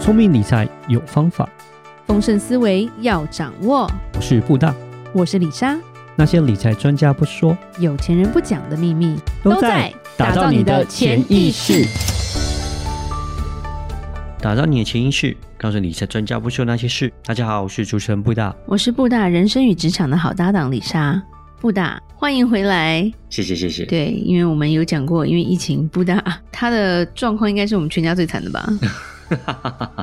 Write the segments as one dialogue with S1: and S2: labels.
S1: 聪明理财有方法，
S2: 丰盛思维要掌握。
S1: 我是布大。
S2: 我是李莎，
S1: 那些理财专家不说，
S2: 有钱人不讲的秘密
S1: 打造你的潜意识。，打造你的潜意识，告诉理财专家不说那些事。大家好，我是主持人布大，
S2: 我是布大人生与职场的好搭档李莎。布大，欢迎回来。
S1: 谢谢谢谢。
S2: 对，因为我们有讲过，因为疫情，布大他的状况应该是我们全家最惨的 吧？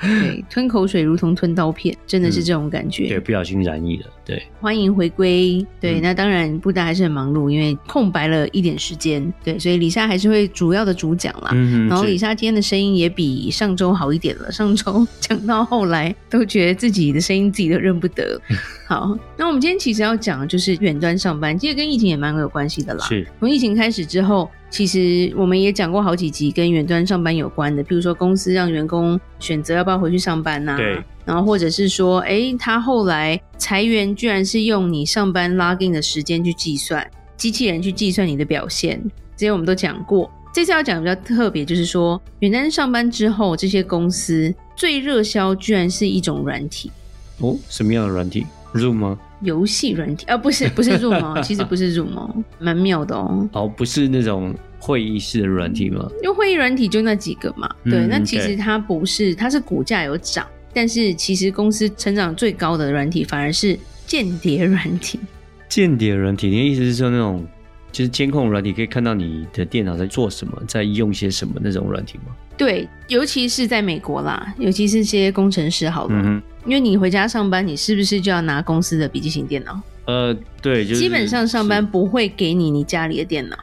S2: 对，吞口水如同吞刀片，真的是这种感 觉。
S1: 对，不小心染疫了。对，
S2: 欢迎回归。
S1: 嗯
S2: 对，那当然布大还是很忙碌，因为空白了一点时间。对，所以李莎还是会主要的主讲啦。
S1: 嗯
S2: 然后
S1: 是
S2: 李莎今天的声音也比上周好一点了。 上周讲到后来，都觉得自己的声音自己都认 不得。好，那我们今天其实要讲的就是远端上班，其实跟疫情也蛮有关系的啦。
S1: 是，
S2: 从疫情开始之后，其实我们也讲过好几集跟远端上班有关的，比如说公司让员工选择要不要回去上班呐、
S1: 对，
S2: 然后或者是说，诶，他后来裁员居然是用你上班 login 的时间去计算，机器人去计算你的表现，这些我们都讲过。这次要讲比较特别，就是说远端上班之后，这些公司最热销居然是一种软体。
S1: 哦，什么样的软体？Zoom 吗？
S2: 游戏软体啊，不是不是 Zoom 哦，其实不是 Zoom 哦，蛮妙的哦。
S1: 哦，不是那种会议室的软体吗？
S2: 因为会议软体就那几个嘛，
S1: 嗯
S2: 对，那其
S1: 对
S2: 实它不是，它是股价有涨，但是其实公司成长最高的软体反而是间谍软体，
S1: 间谍软体，你的意思是说那种就是监控软体可以看到你的电脑在做什么，在用些什么那种软体吗？
S2: 对，尤其是在美国啦，尤其是这些工程师好了，
S1: 嗯哼，
S2: 因为你回家上班，你是不是就要拿公司的笔记型电脑？
S1: 呃，对，就是
S2: 基本上上班不会给你你家里的电脑，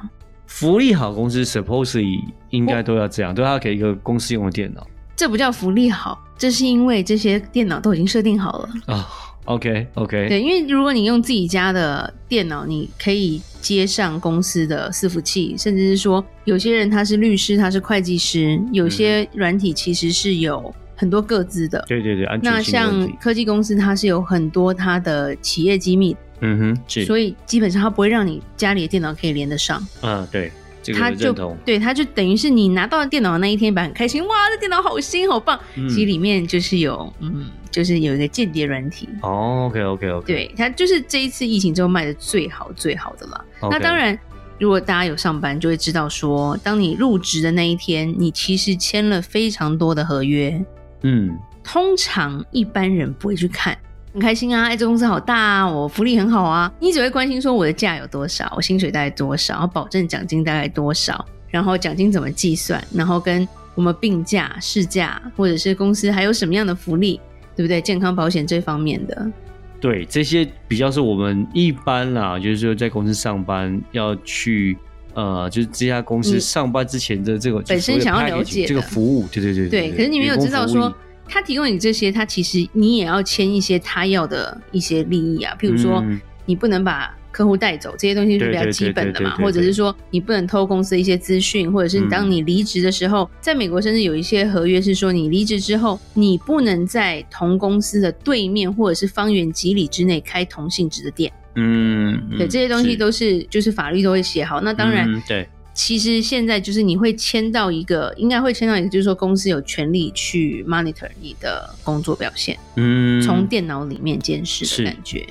S1: 福利好公司 supposedly 应该都要这样，都要给一个公司用的电脑
S2: 这不叫福利好，这是因为这些电脑都已经设定好了。
S1: 啊。OK OK，
S2: 对，因为如果你用自己家的电脑，你可以接上公司的伺服器，甚至是说，有些人他是律师，他是会计师，有些软体其实是有很多各自的。
S1: 嗯对对对，安
S2: 那
S1: 全性问
S2: 像
S1: 题。
S2: 科技公司，它是有很多它的企业机密，
S1: 嗯哼，是，
S2: 所以基本上它不会让你家里的电脑可以连得上，
S1: 嗯、对，这个
S2: 它
S1: 我
S2: 就
S1: 认同。
S2: 对，它就等于是你拿到电脑的那一天，吧，很开心，哇，这电脑好新，好棒。
S1: 嗯
S2: 其实里面就是有，嗯，就是有一个间谍软体，
S1: 哦，OK OK OK，，
S2: 对，它就是这一次疫情之后卖的最好最好的啦。那当，然，如果大家有上班，就会知道说，当你入职的那一天，你其实签了非常多的合约，
S1: 嗯，
S2: 通常一般人不会去看。很开心啊！哎，这公司好大啊，我福利很好啊。你只会关心说我的假有多少，我薪水大概多少，然后保证奖金大概多少，然后奖金怎么计算，然后跟我们病假、事假，或者是公司还有什么样的福利，对不对？健康保险这方面的，
S1: 对，这些比较是我们一般啦，就是说在公司上班要去。呃，就是这家公司
S2: 你
S1: 上班之前的这个
S2: 本身
S1: 所谓的
S2: 想要
S1: package，
S2: 了解的
S1: 这个服务，对对对
S2: 对，可是你没有知道，
S1: 员工
S2: 说
S1: 服务
S2: 他提供你这些，他其实你也要签一些他要的一些利益啊，譬如说、
S1: 嗯
S2: 你不能把客户带走，这些东西是比较基本
S1: 对
S2: 的
S1: 对对对
S2: 嘛，
S1: 对对嗯
S2: 或者是说你不能偷公司的一些资讯，或者是你当你离职的时候，在美国甚至有一些合约是说你离职之后，你不能在同公司的对面或者是方圆几里之内开同性质的店，
S1: 嗯，嗯
S2: 对，这些东西
S1: 是
S2: 都是就是法律都会写好，那当然。
S1: 嗯对，
S2: 其实现在就是你会签到一个，应该会签到一个，就是说公司有权利去 monitor 你的工作表现，
S1: 嗯，
S2: 从电脑里面监视
S1: 是
S2: 的感觉。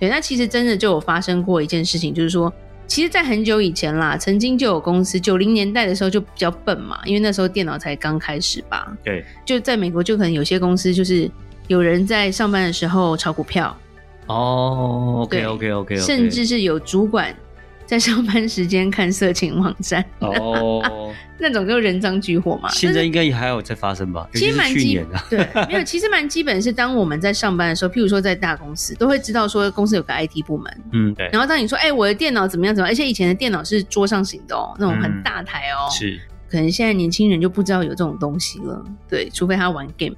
S2: 对，那其实真的就有发生过一件事情，就是说，其实，在很久以前啦，曾经就有公司九零年代的时候就比较笨嘛，因为那时候电脑才刚开始吧，
S1: 对，
S2: 就在美国就可能有些公司就是有人在上班的时候炒股票，
S1: 哦
S2: 对
S1: ，OK OK OK，
S2: 甚至是有主管在上班时间看色情网站。
S1: 哦，
S2: 那种就人赃俱获嘛。
S1: 现在
S2: 但是
S1: 应该还有在发生吧？尤
S2: 其
S1: 其
S2: 实蛮
S1: 是去
S2: 基
S1: 年啊，
S2: 对，没 有，其实蛮基本是，当我们在上班的时候，譬如说在大公司，都会知道说公司有个 IT 部门。
S1: 嗯，对，
S2: 然后当你说，哎、我的电脑怎么样怎么样，而且以前的电脑是桌上型的哦，那种很
S1: 嗯
S2: 大台哦，
S1: 是，
S2: 可能现在年轻人就不知道有这种东西了，对，除非他玩 game，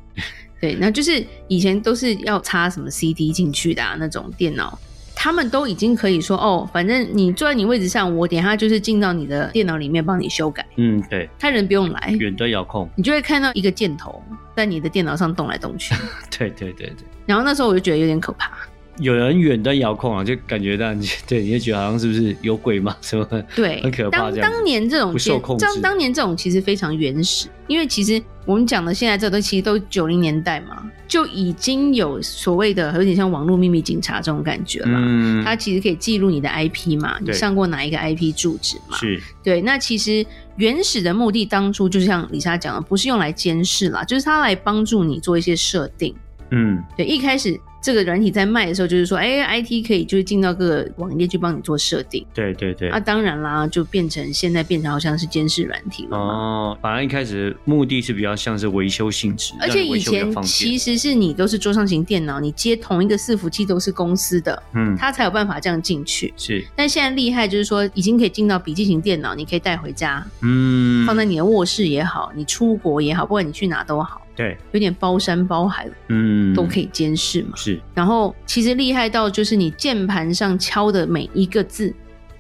S2: 对，那就是以前都是要插什么 CD 进去的、啊、那种电脑，他们都已经可以说，哦，反正你坐在你位置上，我等一下就是进到你的电脑里面帮你修改，
S1: 嗯，对，
S2: 他人不用来，
S1: 远端遥控，
S2: 你就会看到一个箭头在你的电脑上动来动去。
S1: 对对对对，
S2: 然后那时候我就觉得有点可怕，
S1: 有人远端遥控啊，就感觉到你对，你就觉得好像是不是有鬼嘛什么？
S2: 对，
S1: 很可怕
S2: 当
S1: 这样子
S2: 当年这种
S1: 不受控制
S2: 当当年这种其实非常原始，因为其实我们讲的现在这都其实都九零年代嘛，就已经有所谓的有点像网络秘密警察这种感觉啦。
S1: 嗯，
S2: 它其实可以记录你的 IP 嘛，你
S1: 对
S2: 上过哪一个 IP 住址嘛？
S1: 是
S2: 对，那其实原始的目的当初就像李莎讲的，不是用来监视啦，就是它来帮助你做一些设定。
S1: 嗯
S2: 对，一开始这个软体在卖的时候，就是说，哎，IT 可以就是进到各个网页去帮你做设定。
S1: 对对对
S2: 啊，当然啦，就变成现在变成好像是监视软体了嘛。
S1: 哦，反正一开始目的是比较像是维修性质，
S2: 而且
S1: 让你维
S2: 以
S1: 修比较
S2: 前
S1: 方便
S2: 其实是你都是桌上型电脑，你接同一个伺服器都是公司的，
S1: 嗯
S2: 它才有办法这样进去。
S1: 是
S2: 但现在厉害就是说，已经可以进到笔记型电脑，你可以带回家，
S1: 嗯
S2: 放在你的卧室也好，你出国也好，不管你去哪都好，
S1: 对
S2: 有点包山包海
S1: 嗯
S2: 都可
S1: 以
S2: 以监视嘛。
S1: 是
S2: 然后其实厉害到就是你键盘上敲的每一个字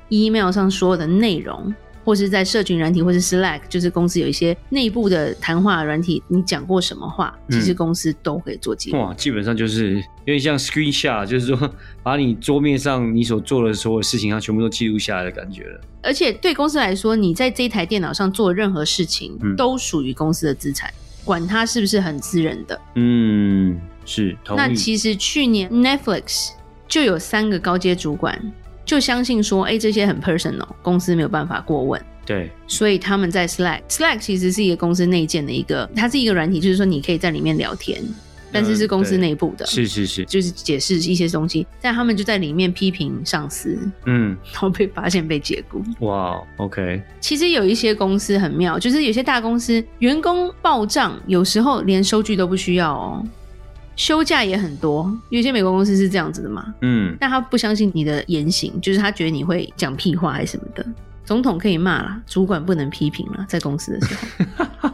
S2: ，email 上所有的内容，或是在社群软体，或是 Slack，就是公司有一些内部的谈话软体，你讲过什么话，
S1: 嗯哦
S2: 其实公司都可以做记录。
S1: 哇，基本上就是有点像 screen shot，就是说把你桌面上你所做的所有事情，它全部都记录下来的感觉了。
S2: 而且对公司来说，你在这一台电脑上做任何事情，
S1: 嗯
S2: 都属于公司的资产。管它是不是很私人的，
S1: 嗯，是同
S2: 那
S1: 意。
S2: 其实去年 Netflix 就有三个高阶主管就相信说，哎、这些很 personal，公司没有办法过问。
S1: 对，
S2: 所以他们在 Slack，Slack 其实是一个公司内建的一个，它是一个软体，就是说你可以在里面聊天，但是是公司
S1: 对
S2: 内部的，
S1: 是是是，
S2: 就是解释一些东西，但他们就在里面批评上司，
S1: 嗯，
S2: 然后被发现被解雇。
S1: 哇，OK，
S2: 其实有一些公司很妙，就是有些大公司员工报账，有时候连收据都不需要哦，休假也很多，有些美国公司是这样子的嘛，
S1: 嗯，
S2: 但他不相信你的言行，就是他觉得你会讲屁话还是什么的。总统可以骂啦，主管不能批评啦，在公司的时候。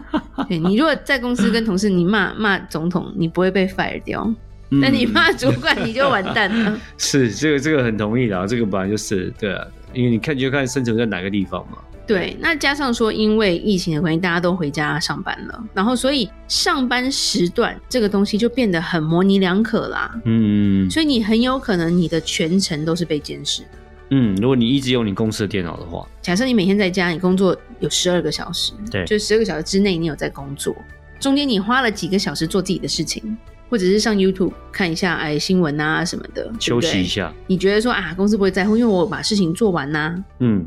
S2: 对你如果在公司跟同事你骂骂总统，你不会被 fire 掉，那、你
S1: 嗯
S2: 骂主管你就完蛋了。
S1: 是这个这个很同意的啊，这个本来就是对啊，因为你看就看生存在哪个地方嘛。
S2: 对，那加上说因为疫情的关系，大家都回家上班了，然后所以上班时段这个东西就变得很模棱两可啦。
S1: 嗯
S2: 所以你很有可能你的全程都是被监视的。
S1: 嗯，如果你一直用你公司的电脑的话，
S2: 假设你每天在家，你工作有十二个小时，
S1: 对
S2: 就十二个小时之内你有在工作，中间你花了几个小时做自己的事情，或者是上 YouTube 看一下哎新闻啊什么的，对
S1: 休
S2: 不对
S1: 息一。下，
S2: 你觉得说啊，公司不会在乎，因为我有把事情做完呐、
S1: 嗯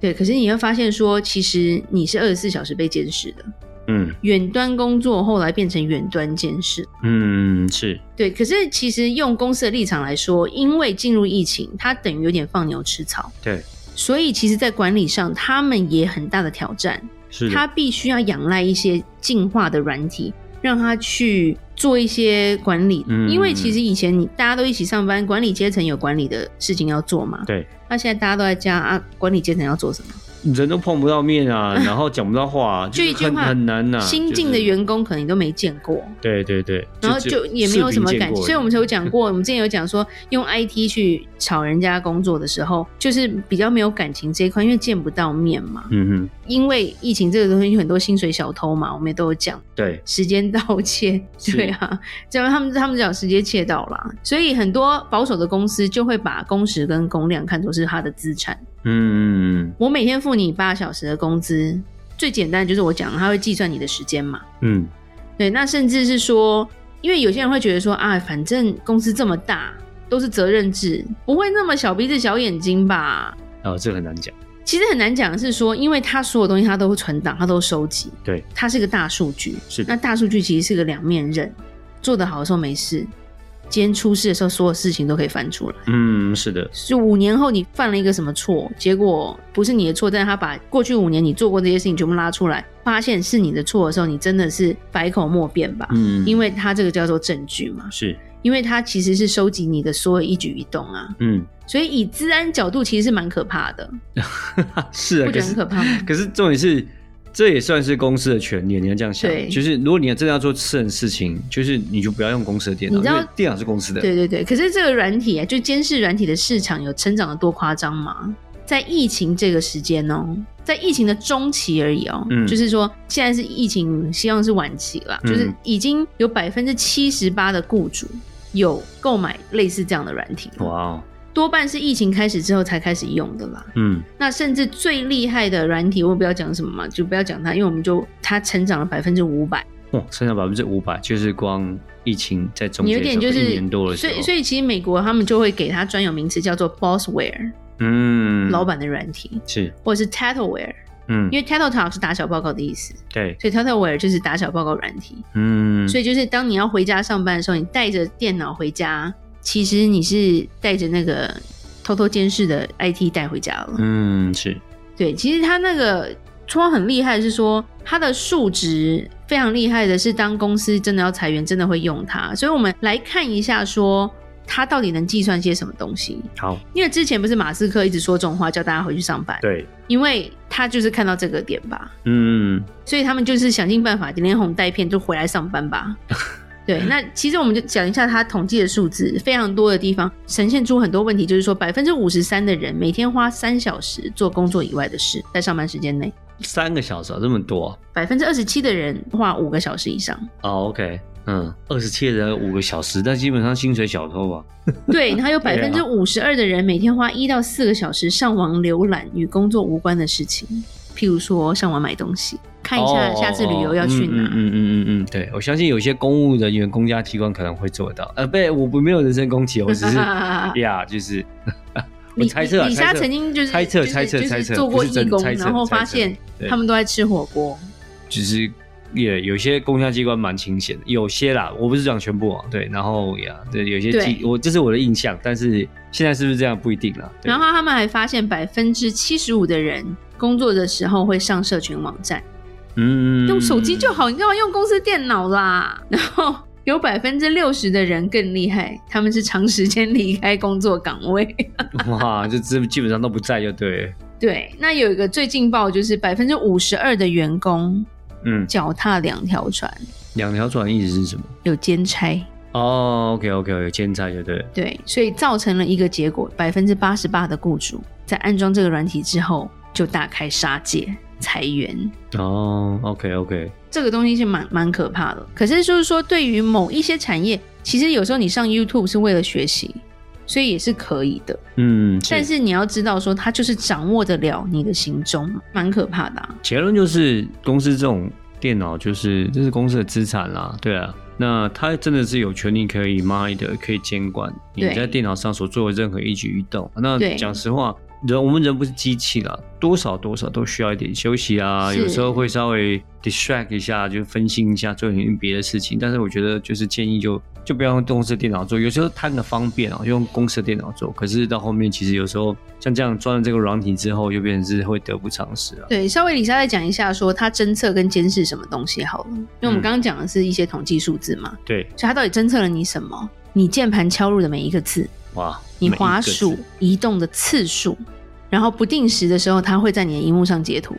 S2: 对，可是你会发现说，其实你是二十四小时被监视的。
S1: 嗯
S2: 远端工作后来变成远端监视，
S1: 嗯，是
S2: 对。可是其实用公司的立场来说，因为进入疫情，它等于有点放牛吃草，
S1: 对，
S2: 所以其实，在管理上他们也很大的挑战。
S1: 是的，
S2: 它必须要仰赖一些进化的软体，让它去做一些管理。
S1: 嗯
S2: 因为其实以前你大家都一起上班，管理阶层有管理的事情要做嘛。
S1: 对，
S2: 那现在大家都在家啊，管理阶层要做什么？
S1: 人都碰不到面 啊，然后讲不到话啊，
S2: 就一
S1: 是
S2: 句
S1: 很
S2: 话
S1: 很难呐。
S2: 新进的
S1: 就是
S2: 员工可能你都没见过，
S1: 对对对，
S2: 然后
S1: 只
S2: 就也没有什么感觉。所以我们才有，讲
S1: 视频见过而已
S2: 过，我们之前有讲说，用 IT 去炒人家工作的时候，就是比较没有感情这一块，因为见不到面嘛。
S1: 嗯哼，
S2: 因为疫情这个东西，有很多薪水小偷嘛，我们也都有讲。
S1: 对，
S2: 时间盗 窃，
S1: 是
S2: 对啊，这样他们他们讲时间窃盗啦，所以很多保守的公司就会把工时跟工量看作是他的资产。
S1: 嗯嗯
S2: 我每天付你八小时的工资，最简单就是我讲，他会计算你的时间嘛。
S1: 嗯
S2: 对，那甚至是说，因为有些人会觉得说啊，反正公司这么大，都是责任制，不会那么小鼻子小眼睛吧？
S1: 嗯，哦，这个很难讲，
S2: 其实很难讲的是说，因为他所有东西他都会存档，他都收集，
S1: 对，
S2: 它是个大数据。
S1: 是
S2: 那
S1: 的，
S2: 大数据其实是个两面刃，做得好的时候没事，今天出事的时候所有事情都可以翻出来。
S1: 嗯，是的，
S2: 就五年后你犯了一个什么错，结果不是你的错，但是他把过去五年你做过这些事情全部拉出来，发现是你的错的时候，你真的是百口莫辩吧？
S1: 嗯，
S2: 因为它这个叫做证据嘛，
S1: 是，
S2: 因为它其实是收集你的所有一举一动啊，
S1: 嗯，
S2: 所以以治安角度其实是蛮可怕的，
S1: 是啊，
S2: 不
S1: 可
S2: 觉得很
S1: 是
S2: 可怕吗？
S1: 可是重点是，这也算是公司的权利，你要这样想
S2: 对，
S1: 就是如果你要真的要做私人事情，就是你就不要用公司的电脑，
S2: 你知
S1: 因
S2: 道
S1: 为电脑是公司的，
S2: 对对对，可是这个软体啊，就监视软体的市场有成长的多夸张吗？在疫情这个时间哦，在疫情的中期而已哦，
S1: 嗯
S2: 就是说现在是疫情，希望是晚期啦，就是
S1: 嗯
S2: 已经有百分之七十八的雇主有购买类似这样的软体，
S1: 哇哦，
S2: 多半是疫情开始之后才开始用的啦。
S1: 嗯
S2: 那甚至最厉害的软体，我不要讲什么嘛，就不要讲它，因为我们就它成长了百分之五百，
S1: 哇，剩下百分之五百，就是光疫情在中
S2: 你
S1: 间
S2: 有
S1: 的时候
S2: 点就
S1: 一
S2: 是
S1: 年多，的时
S2: 所
S1: 候，
S2: 以所以其实美国他们就会给它专有名词叫做 Bossware，、
S1: 嗯，
S2: 老板的软体，
S1: 是
S2: 或者是 Tattleware，
S1: 嗯，
S2: 因为 Tattle Talk 是打小报告的意思，
S1: 对，
S2: 所以 Tattleware 就是打小报告软体。
S1: 嗯，
S2: 所
S1: 以
S2: 以就是当你要回家上班的时候，你带着电脑回家，其实你是带着那个偷偷监视的 IT 带回家了。
S1: 嗯是
S2: 对，其实他那个说很厉害，是说他的数值非常厉害的是，当公司真的要裁员，真的会用它。所以我们来看一下说。它到底能计算些什么东西？
S1: 好，
S2: 因为之前不是马斯克一直说这种话，叫大家回去上班，
S1: 对，
S2: 因为他就是看到这个点吧，
S1: 嗯
S2: 所以他们就是想尽办法连哄带骗，就回来上班 吧。对，那其实我们就讲一下他统计的数字，非常多的地方呈现出很多问题，就是说百分之五十三的人每天花三小时做工作以外的事，在上班时间内，
S1: 三个小时啊，这么多啊
S2: 百分之二十七的人花五个小时 以上。
S1: 哦，OK，嗯，二十七人五个小时，但基本上薪水小偷啊吧，
S2: 对，还有百
S1: 对啊
S2: 分之五十二的人每天花一到四个小时上网浏览与工作无关的事情，譬如说上网买东西，看一下
S1: 哦
S2: 下次旅游要去哪。
S1: 嗯嗯嗯嗯嗯嗯，对我相信有些公务人员、公家机关可能会做到。呃，不，我不没有人身攻击，我只 是呀，就是 我
S2: 李
S1: 猜测啊，
S2: 李李
S1: 猜
S2: 莎
S1: 测
S2: 曾经就是
S1: 猜测
S2: 就是
S1: 猜测
S2: 就是
S1: 猜测，
S2: 做
S1: 不
S2: 过
S1: 是
S2: 义
S1: 真的
S2: 工，
S1: 猜测
S2: 然后
S1: 猜
S2: 发
S1: 测
S2: 现
S1: 对
S2: 他们都在吃火锅。
S1: 只是也有些公家机关蛮清闲的，有些啦，我不是讲全部啊，对，然后呀，对，有些
S2: 对
S1: 机我这是我的印象，但是现在是不是这样不一定啦。对
S2: 然后他们还发现百分之七十五的人工作的时候会上社群网站，
S1: 嗯，
S2: 用手机就好，你干嘛用公司电脑啦？然后有百分之六十的人更厉害，他们是长时间离开工作岗位。
S1: 嗯哇，就基基本上都不在就对了，
S2: 对，那有一个最劲爆就是百分之五十二的员工
S1: 嗯，
S2: 脚踏两条船，
S1: 两条船意思是什么？
S2: 有兼差。
S1: 哦，OK OK，有兼差就对了，
S2: 对，所以造成了一个结果，百分之八十八的雇主在安装这个软体之后就大开杀戒裁员，
S1: 哦，OK OK，
S2: 这个东西是蛮蛮可怕的。可是就是说，对于某一些产业，其实有时候你上 YouTube 是为了学习，所以也是可以的。
S1: 嗯，
S2: 但是你要知道说，它就是掌握得了你的行踪，蛮可怕的、啊。
S1: 结论就是，公司这种电脑就是这是公司的资产啦，对啊。那它真的是有权利可以 monitor，可以监管你
S2: 对
S1: 在电脑上所做的任何一举一动。那
S2: 对
S1: 讲实话，人我们人不是机器啦，多少多少都需要一点休息啊，
S2: 是
S1: 有时候会稍微 distract 一下，就分心一下，做点别的事情。但是我觉得就是建议就就不要用公司的电脑做，有时候贪个方便啊，就用公司的电脑做。可是到后面其实有时候像这样装了这个软体之后，就变成是会得不偿失啊。
S2: 对，稍微李莎再讲一下说，它侦测跟监视什么东西好了，因为我
S1: 嗯
S2: 们刚刚讲的是一些统计数字嘛，
S1: 对，
S2: 所以它到底侦测了你什么？你键盘敲入的每一个字，
S1: 哇，
S2: 你
S1: 每一个
S2: 滑
S1: 字
S2: 鼠移动的次数，然后不定时的时候，它会在你的荧幕上截图。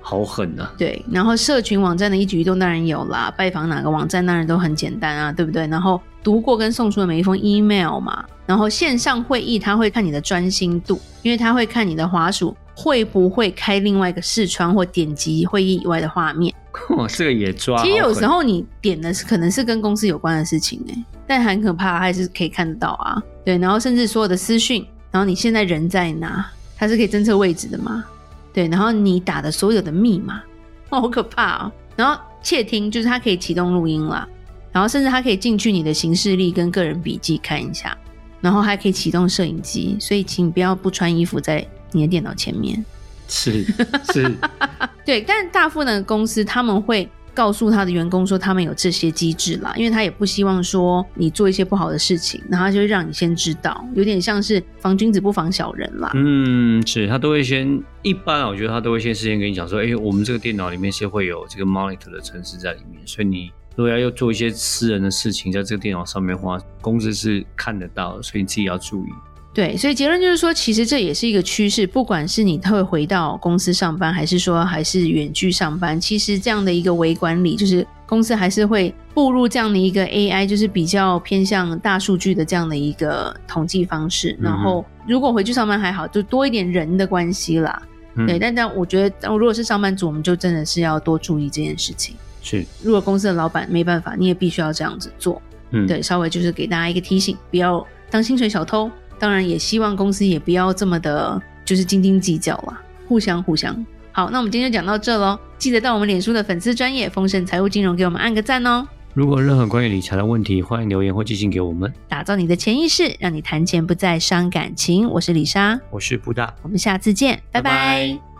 S1: 好狠啊！
S2: 对，然后社群网站的一举一动当然有啦，拜访哪个网站当然都很简单啊，对不对？然后读过跟送出的每一封 email 嘛，然后线上会议它会看你的专心度，因为它会看你的滑鼠会不会开另外一个视窗或点击会议以外的画面。
S1: 哇，这个也抓。
S2: 其实有时
S1: 啊好
S2: 候你点的是可能是跟公司有关的事情哎、但很可怕，它还是可以看得到啊。对，然后甚至所有的私讯，然后你现在人在哪，它是可以侦测位置的嘛？对，然后你打的所有的密码， 哦，好可怕哦。然后窃听就是它可以启动录音啦，然后甚至它可以进去你的行事历跟个人笔记看一下，然后还可以启动摄影机，所以请不要不穿衣服在你的电脑前面。
S1: 狠是是，
S2: 对，但大部分的公司他们会告诉他的员工说他们有这些机制啦，因为他也不希望说你做一些不好的事情，然后他就会让你先知道，有点像是防君子不防小人啦。
S1: 嗯，是他都会先一般啊，我觉得他都会先事先跟你讲说，哎、我们这个电脑里面是会有这个 monitor 的程式在里面，所以你如果要要做一些私人的事情，在这个电脑上面的话，公司是看得到的，所以你自己要注意。
S2: 对，所以结论就是说，其实这也是一个趋势，不管是你会回到公司上班，还是说还是远距上班，其实这样的一个微管理，就是公司还是会步入这样的一个 AI，就是比较偏向大数据的这样的一个统计方式。
S1: 嗯哼
S2: 然后如果回去上班还好，就多一点人的关系啦。
S1: 嗯，
S2: 对，但但我觉得，哦如果是上班族，我们就真的是要多注意这件事情。
S1: 是
S2: 如果公司的老板没办法，你也必须要这样子做。
S1: 嗯，
S2: 对，稍微就是给大家一个提醒，不要当薪水小偷。当然，也希望公司也不要这么的，就是斤斤计较啦，互相互相。好，那我们今天就讲到这喽，记得到我们脸书的粉丝专业丰盛财务金融给我们按个赞哦。
S1: 如果有任何关于理财的问题，欢迎留言或寄信给我们。
S2: 打造你的潜意识，让你谈钱不再伤感情。我是李莎，
S1: 我是布大，
S2: 我们下次见，
S1: 拜
S2: 拜拜
S1: 拜